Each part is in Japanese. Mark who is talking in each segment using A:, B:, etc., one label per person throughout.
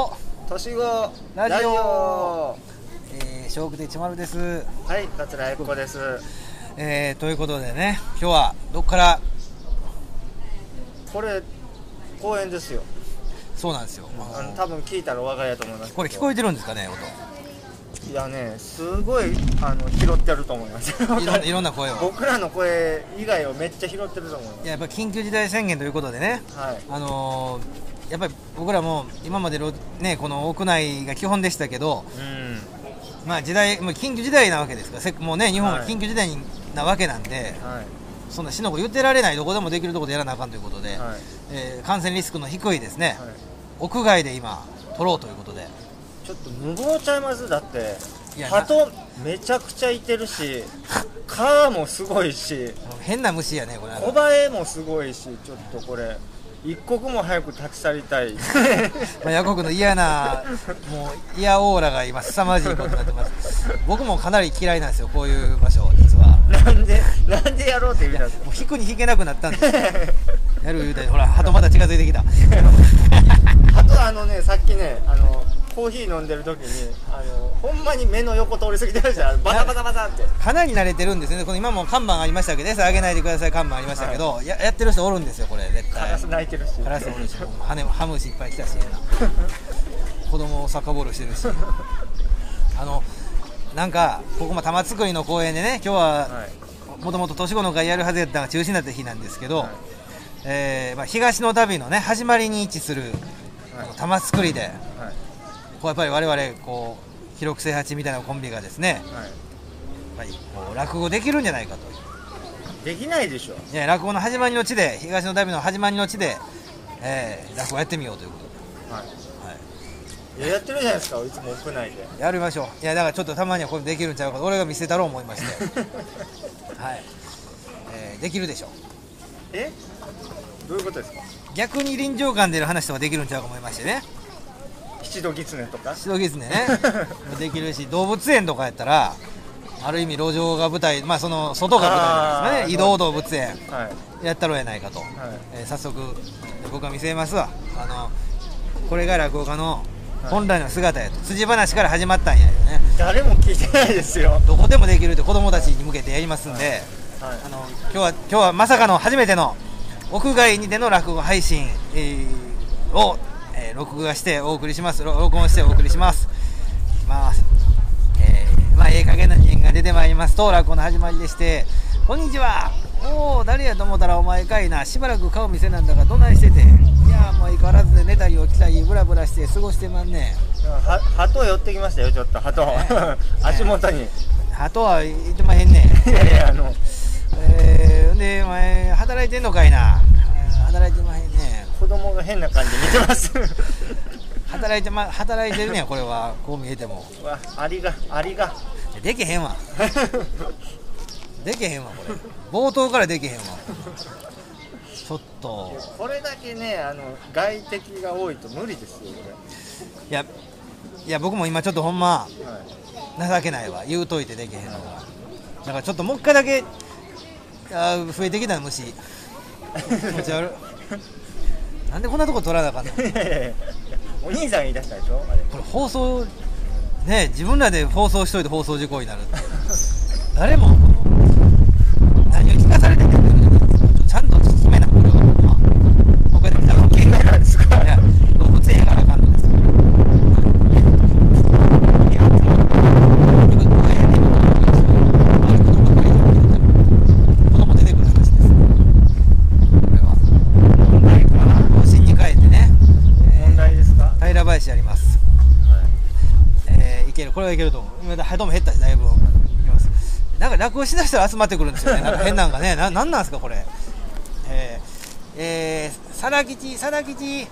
A: ラジオ
B: しごラジオ
A: えー、小国でちまるです、
B: はい桂英子です
A: えー、ということでね今日はどっから
B: これ公園ですよ
A: そうなんですよ
B: あの多分聞いたら我が家と思います
A: これ聞こえてるんですかね
B: いやねすごいあの拾ってると思います
A: 音いろんないろんな声を
B: 僕らの声以外をめっちゃ拾ってると思いま
A: いややっぱ緊急事態宣言ということでね
B: すはい
A: あのー、やっぱり僕らも今までろねこの屋内が基本でしたけど
B: うん
A: まあ時代もう緊急事態なわけですからせっもうね日本は
B: はい
A: 緊急事態になわけなんで、
B: はい
A: そんな死の子言ってられないどこでもできるところでやらなあかんということで、
B: はい
A: えー感染リスクの低いですね、
B: はい
A: 屋外で今取ろうということで
B: ちょっと無謀ちゃいますだって
A: いや
B: 鳩めちゃくちゃいて るし蚊もすごいし
A: 変な虫やねこれ
B: 小バエもすごいしちょっとこれ一刻も早く立ち去りたい
A: まあ、ヤコブの嫌な、もう嫌オーラが今、凄まじいことになってます。僕もかなり嫌いなんですよ、こういう場所、実は。
B: なんでなんでやろうって言うたんです
A: もう引くに引けなくなったんですよ。やる言うたらほら、鳩また近づいてきた。
B: あとあのねさっきねあのコーヒー飲んでる時にあのほんまに目の横通り過ぎてましたよバタバタバタって
A: かなり慣れてるんですよね、この今も看板ありましたけど、餌あげないでください看板ありましたけど、ややってる人おるんですよ、これ、絶
B: カ
A: 対
B: ラス。泣いてるし
A: カラスおるし、もう羽もハムシいっぱい来たし、子供を逆ボールしてるし。あのなんかここも玉造りの公園でね今日は
B: はい
A: もともと年子の会やるはずやったのが中止になった日なんですけど、
B: はい
A: えーまあ、東の旅のね始まりに位置するこの玉造りで
B: はい
A: こうやっぱり我々こう広く正八みたいなコンビがですね
B: はい
A: やっぱりこう落語できるんじゃないかと
B: できないでしょ
A: いや落語の始まりの地で東の旅の始まりの地で、えー落語やってみようということで、
B: は
A: はい
B: ややってるじゃないですかいつも屋内 で
A: い、やりましょういやだからちょっとたまにはこれできるんちゃうかと俺が見せたろう思いましてはい、えーできるでしょう
B: えどういうことですか
A: 逆に臨場感出る話とかできるんちゃうか思いましてね
B: 七度狐とか
A: 白狐ね できるし動物園とかやったらある意味路上が舞台まあその外が舞台なんですかね移
B: あー
A: 動動物園
B: はい
A: やったろうやないかと、えー早速僕が見せますわあのこれが落語家の本来の姿やと辻話から始まったんやよね
B: 誰も聞いてないですよ
A: どこでもできるって子供たちに向けてやりますんで、
B: はい
A: あの今日は今日はまさかの初めての屋外にての落語配信、えーを、えー録画してお送りしますろ録音してお送りします。いきます。えーまあええ加減な人間が出てまいりますと落語の始まりでして「こんにちはおお誰やと思ったらお前かいなしばらく顔見せなんだがどないしてていやもう相変わらずで寝たり起きたりブラブラして過ごしてまんねん」
B: は鳩寄ってきましたよちょっと 鳩足元にい
A: 鳩は言ってまへんねん。
B: やいやあの
A: えー、でお前働いてんのかいなえー働いてまへんね
B: 子供が変な感じで見てます
A: 働いてま働いてるねんこれはこう見えても
B: うわアリがアリが
A: でけへんわでけへんわこれ冒頭からでけへんわちょっと
B: これだけねあの外敵が多いと無理ですよこ
A: いやいや僕も今ちょっとほんま
B: れ、はい、
A: 情けないわ言うといてでけへんのがだからちょっともう一回だけあー増えてきた虫気持ち悪いなんでこんなとこ取らなあかんの
B: お兄さんが言い出したでしょあれ
A: これ放送ね自分らで放送しといて放送事故になるって誰もこの何を聞かされてるんちゃんと進めなこれはまあこれで多分喧嘩
B: なんですか
A: いや動物園やからあかんのですよいやもう僕の親にも言うんですよ悪いことばっかり言ってる子供出てくる話ですこれは
B: 問題
A: 方
B: か
A: 針に変えてね、え
B: 問題ですか、
A: ー、平林やりますえーいけるこれはいけると思う今だはいどうも減ったしだいぶいきますなんか落語しだしたら集まってくるんですよねなんか変なんかねななんなんですかこれえー、えー、さらきちさらきちへー
B: 寄って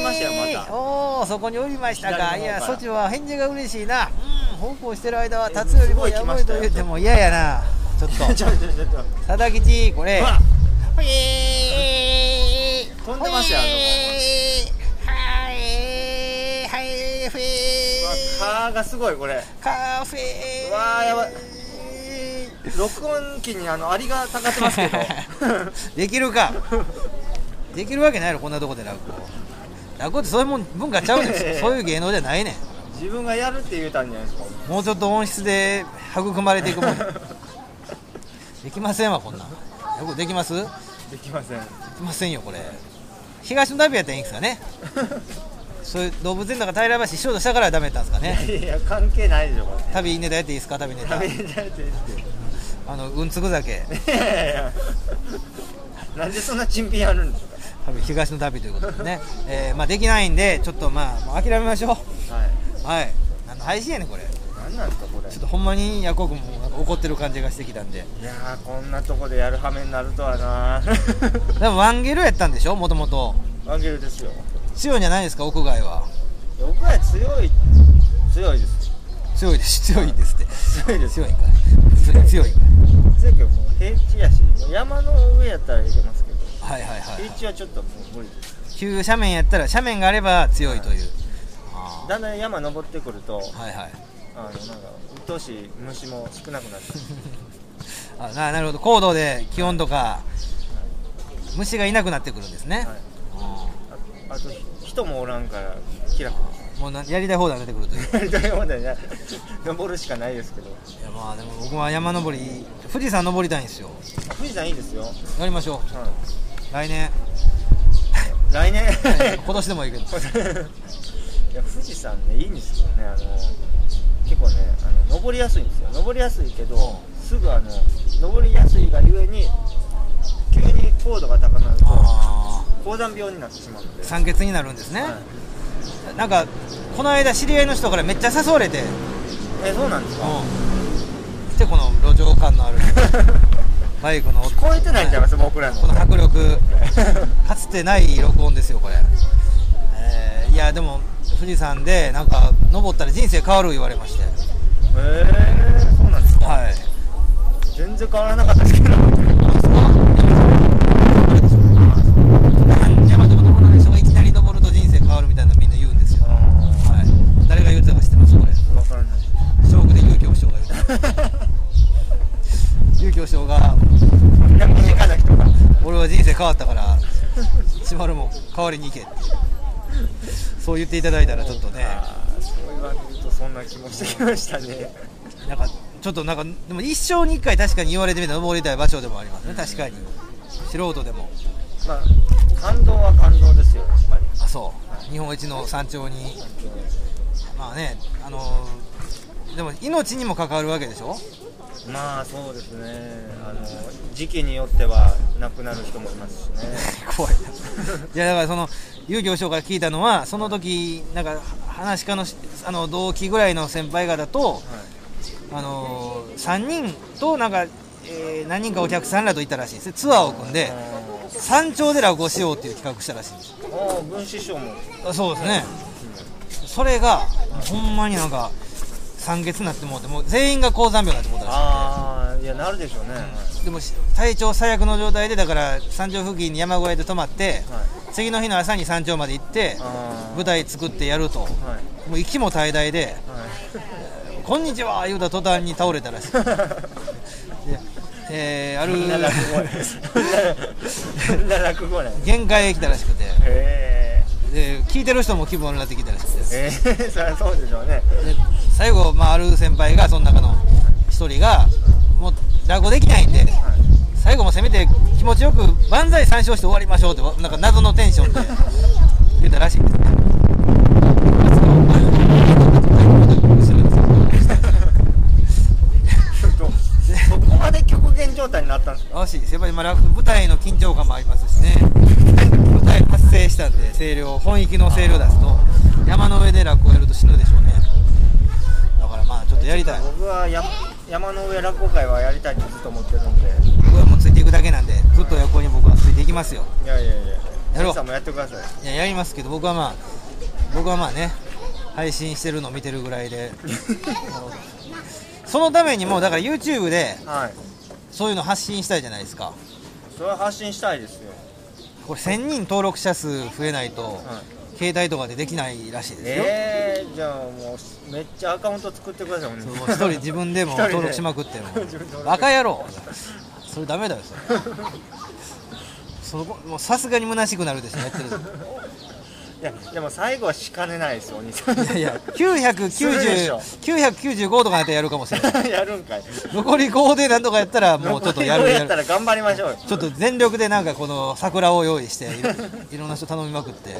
B: きましたよまた
A: おおそこにおりました
B: 左の方
A: か
B: から
A: いやそちは返事が嬉しいなうん奉公してる間は立つよりも
B: えーす
A: や
B: ごい来ま
A: ばい
B: した
A: と
B: よ
A: 言っても嫌やなちょっ
B: はい ち
A: と
B: ょちょちょちょ
A: さらきちこれ
B: うわ
A: ほえー
B: 飛んでますよあの子
A: ほえーはいはいふえー
B: うわ蚊がすごいこれ
A: カフェ
B: うわーやばい録音機にあのアリがたかってます けど
A: できるかできるわけないやろこんなとこで落語落語ってそういうもん文化ちゃうねん そういう芸能じゃないねん
B: 自分がやるって言うたんじゃないですか
A: もうちょっと音質で育まれていくもんやできませんわこんなんよくできますで
B: できま せん
A: きませんよこれ東のダビやったらいいんですかねそういう動物園とか平橋ショートしたからダメだったんですかね
B: いや関係ないでしょこれ
A: 旅ネタやっていいですか旅ネタ
B: 食べちゃっていいって
A: あのうんつく酒
B: いやいやいやなんでそんな珍品あるんです
A: 旅東の旅ということでね、えーまあ、できないんでちょっとまあもう諦めましょ
B: かはいう
A: はい何の配信やねんこれち
B: 何なんですかこれ
A: ょっとほんまにヤコウ君もなんか怒ってる感じがしてきたんで
B: いやーこんなとこでやる羽目になるとは な
A: でもワンゲルやったんでしょもともと
B: ワンゲルですよ
A: 強いんじゃないですか屋外は
B: 僕は強い強いです
A: 強いです 強いですって
B: 強いです
A: 強いんかい強いんかい
B: 強いけどもう平地やしもう山の上やったらいけますけど
A: はいはいはい
B: 平地はちょっともう無理です
A: 急斜面やったら斜面があれば強いという、あ
B: だんだん山登ってくると
A: ーはいはい
B: あのなんか鬱陶しい虫も少なくなってきて
A: あななるほど高度で気温とか虫がいなくなってくるんですね、
B: はい
A: あ
B: ああと人もおらんから気楽
A: ーもうなやりたい放題出てくるという
B: やりたい放題ね登るしかないですけど
A: いやまあでも僕は山登り富士山登りたいんですよ
B: 富士山いいですよ、
A: やりましょ
B: う
A: う来年
B: ん、来年
A: 今年でもいいけど
B: いや富士山ねいいんですよねあの結構ねあの登りやすいんですよ登りやすいけどすぐあの登りやすいがゆえに急に高度が高なると
A: あ
B: 高山病になってしまうの
A: あ
B: で、
A: 酸欠になるんですね、
B: はい
A: なんかこの間知り合いの人からめっちゃ誘われて、
B: えそうなんですか
A: うん、してこの路上感のあるバイクの音
B: 聞こえてないんちゃいます僕らの
A: この迫力かつてない録音ですよこれ、えーいやでも富士山でなんか登ったら人生変わる言われまして
B: へえそうなんですか
A: はい
B: 全然変わらなかったですけど
A: 山でも登らない人がいきなり登ると人生変わるみたいなのみんな言うんですよはい誰が言うてたか知ってますこれ
B: 分からない
A: ショークで勇気師匠が言うてた勇気師匠が
B: なんか身近な人が
A: 俺は人生変わったからしまるも代わりに行けってそう言っていただいたらちょっとね
B: あーそう言われるとそんな気もしてきましたね
A: なんかちょっとなんかでも一生に一回確かに言われてみたら登りたい場所でもありますね確かに素人でも
B: まあ感動は感動ですよやっぱり
A: あそう日本一の山頂にまあねあのーでも命にも関わるわけでしょ
B: まあそうですねあの時期によっては亡くなる人もいますしね
A: 怖いな いやだからその遊行師から聞いたのはその時なんか話し家のしあの同期ぐらいの先輩方と、あのー、3人となんか、えー何人かお客さんらと行ったらしいんですツアーを組んで山頂で落語しようっていう企画したらしいんです
B: おお分子賞も
A: あそうですね、それがほんまになんか酸欠になってもうてもう全員が高山病になってもうたらしい
B: ああいやなるでしょうね、はい
A: でもし体調最悪の状態でだから山頂付近に山小屋で泊まって、
B: はい
A: 次の日の朝に山頂まで行って
B: あー
A: 舞台作ってやると
B: はい
A: もう息も怠大で
B: は
A: 「こんにちは」言うた途端に倒れたらしいでえーあ
B: いみんな落語
A: る
B: ですみんな落語なんです
A: 限界へ来たらしくて
B: へ
A: で聞いてる人も気分悪くなってきたらしくて
B: えええそりゃそうでしょうね
A: で最後、まあ、ある先輩がその中の一人がもう落語できないんで
B: はい
A: 最後もせめて気持ちよく万歳参照して終わりましょうってわなんか謎のテンションで言ったらしいですね。
B: ちょっとそこまで極限状態になったんですか
A: らしいですやっぱりまあ落舞台の緊張感もありますしね舞台発生したんで声量本域の声量出すと山の上で落語やると死ぬでしょうねだからまあちょっとやりたい
B: 僕は山山の上落語会はやりたいとずっと思ってるんで
A: 僕はもうついていくだけなんでずっと横に僕はついていきますよ
B: いやいやいや
A: やろう
B: さんもやってください
A: いややりますけど僕はまあ僕はまあね配信してるのを見てるぐらいで あのそのためにもうだから YouTube で
B: はい
A: そういうの発信したいじゃないですか
B: それは発信したいですよ、
A: これ1000人登録者数増えないと
B: はい、
A: 携帯とかでできないらしいですよ、
B: えー、じゃあもうめっちゃアカウント作ってくださいもんね
A: そうもう一人自分でも
B: 一人で
A: 登録しまくっても
B: 自分で登録
A: バカ野郎それダメだよそれそこもうさすがに虚しくなるでしょやってると
B: いやでも最後はしかねないですよお兄さん
A: いやいや、
B: するでしょ
A: 990、995とかやったらやるかもしれない。
B: やるんかい
A: 残り5でなんとかやったら、もうちょっとやる
B: 残り
A: や
B: 五った
A: る。
B: ら頑張りましょうよ
A: ちょっと全力でなんかこの桜を用意して、いろいろんな人頼みまくって。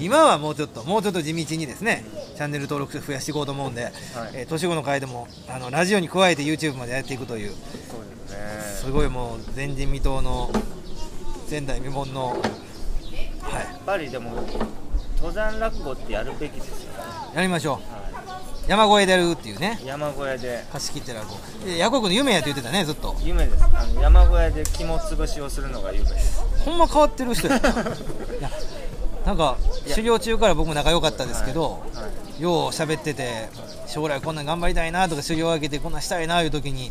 A: 今はもうちょっと、もうちょっと地道にですね、チャンネル登録者増やしていこうと思うんで、えー年後の回でも、あの、ラジオに加えて YouTube までやっていくという、
B: そうです
A: す
B: ね
A: ごいもう前人未到の、前代未聞の、は
B: やっぱりでも登山落語ってやるべきですよ、
A: い、やりましょ
B: は
A: う。山越えでやるっていうね、
B: い、山小屋で
A: 貸し切ってらこう。でヤコ君の夢やって言ってたね、ずっと。
B: 夢ですあの山小屋で肝潰しをするのが夢です
A: ほんま変わってる人やないやなんか修行中から僕も仲良かったですけど、
B: はい
A: よう喋ってて将来こんなん頑張りたいなとか修行上げてこんなんしたいないう時に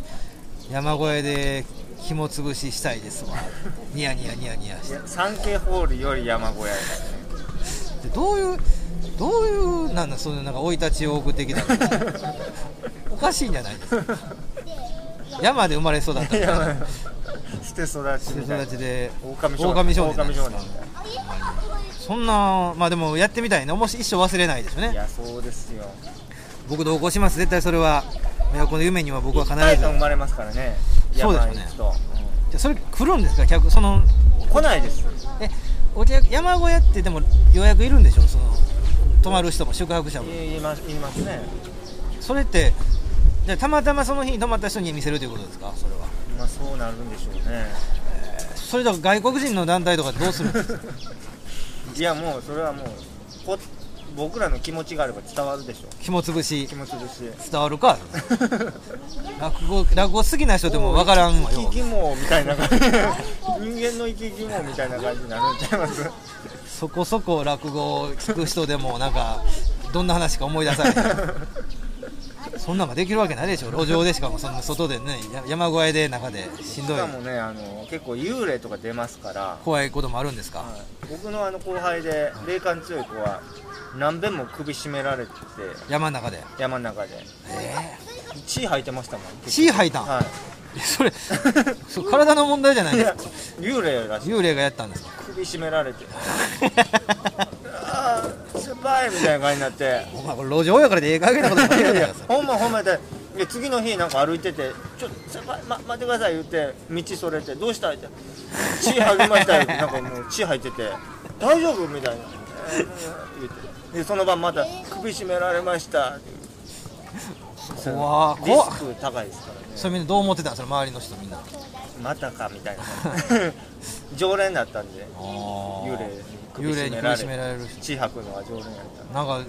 A: 山越えで肝潰ししたいですわニヤニヤニヤニヤし
B: い
A: て
B: や三景ホールより山小屋ですね
A: でどういうどういうなんだそういうなんか生い立ちを送ってきた のおかしいんじゃないですか山で生まれ育った
B: い
A: みたいな
B: や捨て育ちみたいな
A: 育ちで
B: 狼
A: 狼少
B: 少
A: 年
B: 年
A: なんですか
B: 狼少年みたい
A: そんなまあでもやってみたいねもし一生忘れないですよ
B: ない
A: ね
B: やそうですよ
A: 僕同行します絶対それは親子の夢には僕は必ず
B: タイトン生まれますからね
A: そうですよ
B: 山
A: ね
B: 行くと、
A: じゃあそれ来るんですか客その
B: うん来ないです
A: えお客山小屋ってでも予約いるんでしょその泊まる人も宿泊者も
B: 言います言いますね
A: それってじゃあたまたまその日に泊まった人に見せるということですかそれは
B: まあそうなるんでしょうね
A: それと外国人の団体とかどうするん ですか
B: いやもうそれはもうこ僕らの気持ちがあれば伝わるでしょ
A: 肝つぶし
B: 気持ちですし
A: 伝わるか落語落語好きな人でも分からんわ
B: 生
A: よ
B: き肝みたいな感じ人間の生き肝みたいな感じになるんちゃいます
A: そこそこ落語を聞く人でもなんかどんな話か思い出 さないそんなんができるわけないでしょ路上でしかもそんな外でねや山小屋で中でしんど
B: し
A: い
B: かもねあの結構幽霊とか出ますから
A: 怖いこともあるんですか、
B: 僕のあの後輩で霊感強い子は何べんも首絞められてて
A: 山の中で
B: 山の中で
A: え
B: 血吐いてましたもん
A: ー、血吐いたん、
B: は
A: それそう体の問題じゃない
B: い
A: で
B: い
A: す
B: や
A: か
B: 幽霊らしい
A: 幽霊がやったんですか
B: 首絞められてああ先輩みたいな感じになって
A: お前これ路上やからでええ加減なことない
B: い
A: や
B: やい
A: ない
B: や
A: ですか
B: ほんまほんまでで次の日なんか歩いてて「ちょっと先輩、ま、待ってください」言って道それて「どうした?」って「血吐きましたよ」なんかもう血吐いてて「大丈夫?」みたいな「えー言ってでその晩また「首絞められました」
A: 怖っ
B: リ
A: 怖っ
B: スク高いですから
A: それみんなどう思ってたんそれ周りの人みんな
B: ねまたかみたいな 常連だったんで幽
A: 幽
B: 霊に首
A: 幽霊
B: 絞
A: に
B: めら
A: 苦
B: れ
A: しめられる人
B: 血吐くのは常連やったんで
A: なんか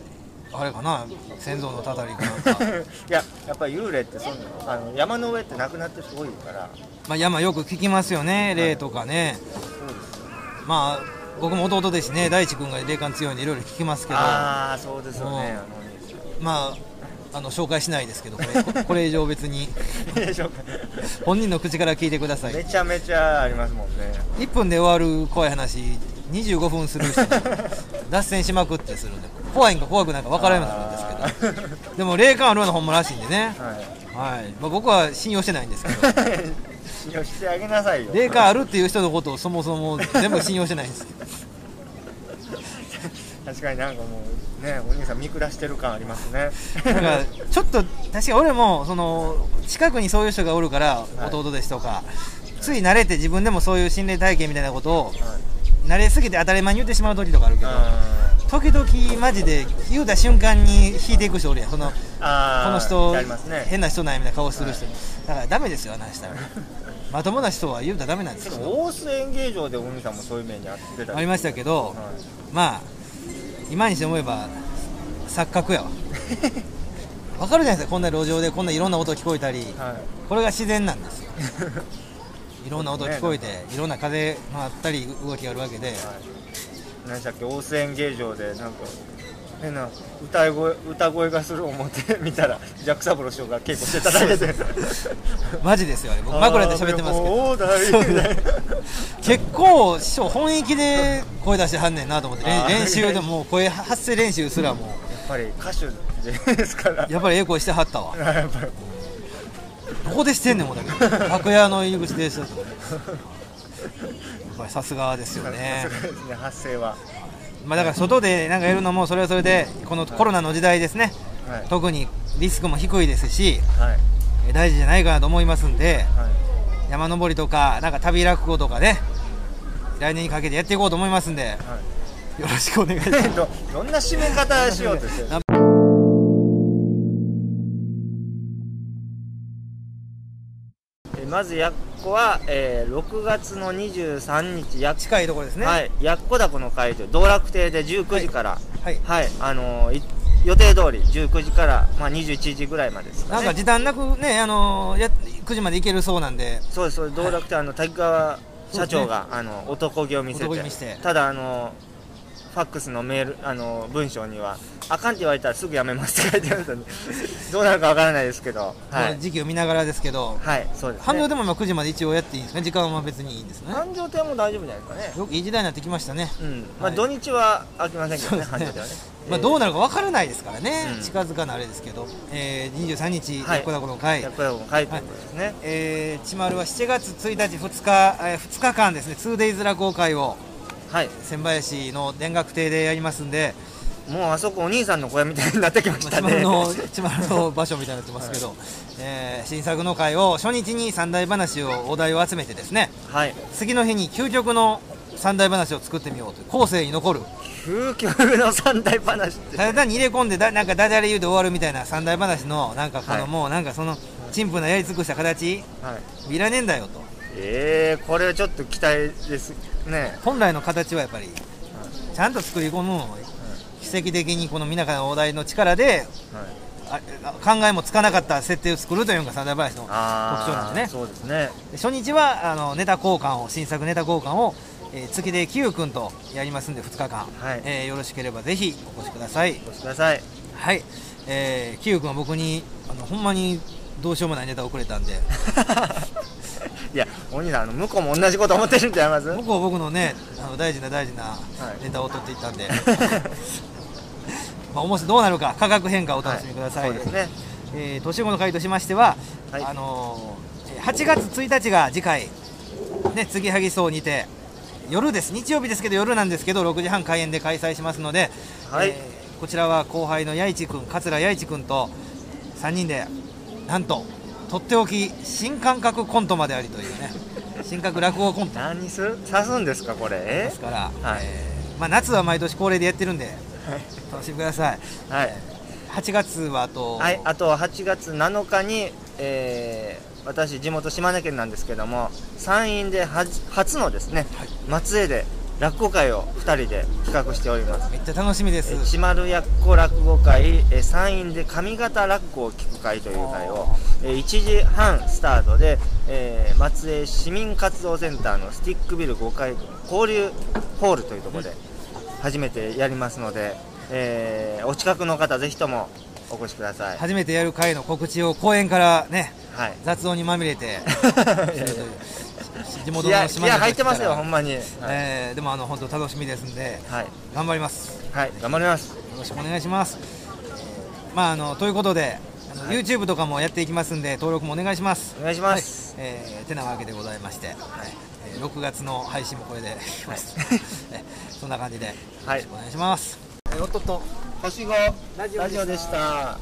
A: あれかな先祖のたたりかなんか
B: いややっぱり幽霊ってそんなあの山の上って亡くなってる人多いから
A: まあ、山よく聞きますよね、霊とかね、
B: そうです
A: まあ、僕も弟ですしね、大地君が霊感強いんで、いろいろ聞きますけど、ま
B: ああそうですよねあのお兄さん
A: あ、あの紹介しないですけど、これこ これ以上別に、
B: でしょうか
A: 本人の口から聞いてください、
B: めちゃめちゃありますもんね
A: 1分で終わる怖い話、25分する人、 脱線しまくってするんで、怖いんか怖くないか分からなくなるんですけど。
B: すけ
A: でも霊感あるのはほんまらしいんでね、
B: は
A: はいまあ、僕は信用してないんですけど
B: い信用してあげなさいよ
A: 霊感あるっていう人のことをそもそも全部信用してないんですけど
B: 確かになんかもうねお兄さん見下してる感ありますね
A: なんかちょっと確かに俺もその近くにそういう人がおるから
B: はい
A: 弟ですとか、つい慣れて自分でもそういう心霊体験みたいなことを
B: はい
A: 慣れすぎて当たり前に言ってしまう時とかあるけど
B: あ
A: 時々マジで言うた瞬間に引いていく人おるやんそのこ
B: ーあ
A: の
B: ー
A: 人、
B: ありますね
A: 変な人なんやみたいな顔する人、だからダメですよ話したらまともな人は言うたらダメなんです
B: で
A: よ
B: も大須演芸場でお兄さんもそういう目に遭ってたり
A: ありましたけど、
B: はい
A: まあ今にして思えば錯覚 やわわかるじゃないですかこんな路上でこんないろんな音聞こえたり
B: は
A: これが自然なんですよ
B: い
A: いろんな音聞こえていろんな風回ったり動きがあるわけで
B: はい、何でしたっけ大須演芸場でなんか変な歌い声歌声がする表 見たらジャック・サブロー師匠が稽古してただけで
A: マジですよあれ僕枕で喋ってますけど
B: 大台みたいな
A: 結構師匠本域で声出してはんねんなと思って
B: あ
A: 練
B: ー
A: 練習でもう声発声練習すらも
B: やっぱり歌手ですから
A: うやっぱりええ声してはったわ
B: やっぱり
A: どこでしてんねん 思ったけど楽屋の入り口でしたとやっぱりさすがですよね
B: さすがですね発声は
A: まあ、だから外でなんかやるのもそれはそれでこのコロナの時代ですね、
B: はいはい
A: 特にリスクも低いですし
B: はい
A: えー大事じゃないかなと思いますんで
B: はい
A: 山登りとかなんか旅落語とかね来年にかけてやっていこうと思いますんで
B: はい
A: よろしくお願いします。
B: どどんな締め方しようとしてる
A: な
B: えまずやっこは、えー6月の23日やっ
A: 近いところですね。
B: はい、やっこだこの会場道楽亭で19時から
A: はい
B: はい、あのーい予定通り19時から、まあ、21時ぐらいまでですか、
A: な
B: ね、
A: んか時短なくね、あのーや9時まで行けるそうなんで、
B: そうですそうです道楽亭、あの滝川社長が、あの男気を見せ
A: 男気
B: て
A: 見せて
B: ただあのファックスのメールあの文章には「あかん」って言われたらすぐやめますって書いてあるん でどうなるかわからないですけどは
A: まあ
B: い、
A: 時期を見ながらですけど、
B: はい、そうです、ね、
A: 繁盛でもまあ9時まで一応やっていいんですね。時間は別にいいんですね。
B: 繁盛亭も大丈夫じゃないですかね
A: よくいい時代になってきましたね。
B: うんまあ、
A: はい
B: 土日は開きませんけどね
A: そう
B: 繁
A: ですね
B: 盛亭はね
A: まあどうなるかわからないですからね。
B: うん
A: 近づかないあれですけど、えー、23日、
B: はい
A: やっこだこの会。
B: やっぱりもう書いてるんですね、
A: えー、ちまるは7月1日、2日、えー、2日間ですね、2days 落語会を
B: はい、
A: 千林の田楽亭でやりますんで、
B: もうあそこお兄さんの小屋みたいになってきまし
A: 千
B: た
A: 丸
B: ね
A: の千丸の場所みたいになってますけど、えー新作の会を初日に三大話をお題を集めてですね
B: はい
A: 次の日に究極の三大話を作ってみようという後世に残る
B: 究極の三大話って
A: ただ単に入れ込んでだなんかダジャレ言うで終わるみたいな三大話のなんかこの、
B: はい
A: もうなんかその陳腐なやり尽くした形
B: はい
A: いらねえんだよと
B: ええこれちょっと期待ですね
A: 本来の形はやっぱりちゃんと作り込む奇跡的にこの皆からのお題の力で
B: はい
A: あ考えもつかなかった設定を作るというのが三大話の特徴
B: あー
A: なんでね
B: そうですね
A: で初日はあのネタ交換を新作ネタ交換を、えー月でキユ君とやりますんで2日間、
B: はい
A: えーよろしければぜひお越しください
B: お越しください
A: はい、えー、キユ君は僕にあのほんまにどうしようもないネタをくれたんで
B: いやお兄さんあの向こうも同じこと思ってるんちゃいます
A: 僕は僕のねあの大事な大事ないネタを取っていったん で、 まあ面白いどうなるか価格変化をお楽しみください、
B: はいそうですね
A: えー年後の回としましては、
B: はい
A: あのーえー8月1日が次回ね継ぎはぎ荘にて夜です日曜日ですけど夜なんですけど6時半開演で開催しますので、
B: はい
A: ーこちらは後輩の八一君桂八一君と3人でなんととっておき新感覚コントまでありという ね新感覚落語コント
B: 何する刺すんですかこれ
A: で
B: え
A: すから、
B: はい
A: えーまあ、夏は毎年恒例でやってるんで楽しみください
B: はい、はい
A: 8月はあと、
B: はい、あと8月7日に、えー私地元島根県なんですけども山陰ではじ初のですね、
A: はい
B: 松江で落語会を2人で企画しております
A: めっちゃ楽しみです
B: えー千丸やっこ落語会、えー山陰で上方落語を聞く会という会を、えー1時半スタートで、えー松江市民活動センターのスティックビル5階交流ホールというところで初めてやりますので、えーお近くの方ぜひともお越しください。
A: 初めてやる回の告知を公演からね
B: はい
A: 雑音にまみれて するという地元
B: いや
A: の島根の人た
B: いや
A: ちから
B: 入ってますよほんまに、はい
A: えーでもあの本当楽しみですんで
B: はい、
A: 頑張りますよ
B: はい頑張ります
A: ろしくお願いしますまああのということであの YouTube とかもやっていきますんで登録もお願いします
B: お願いします、
A: はいえーてなわけでございまして、えー6月の配信もこれで来ました、 えそんな感じでよろしくお願いします、えーおっとっと
B: 星5ラジオでした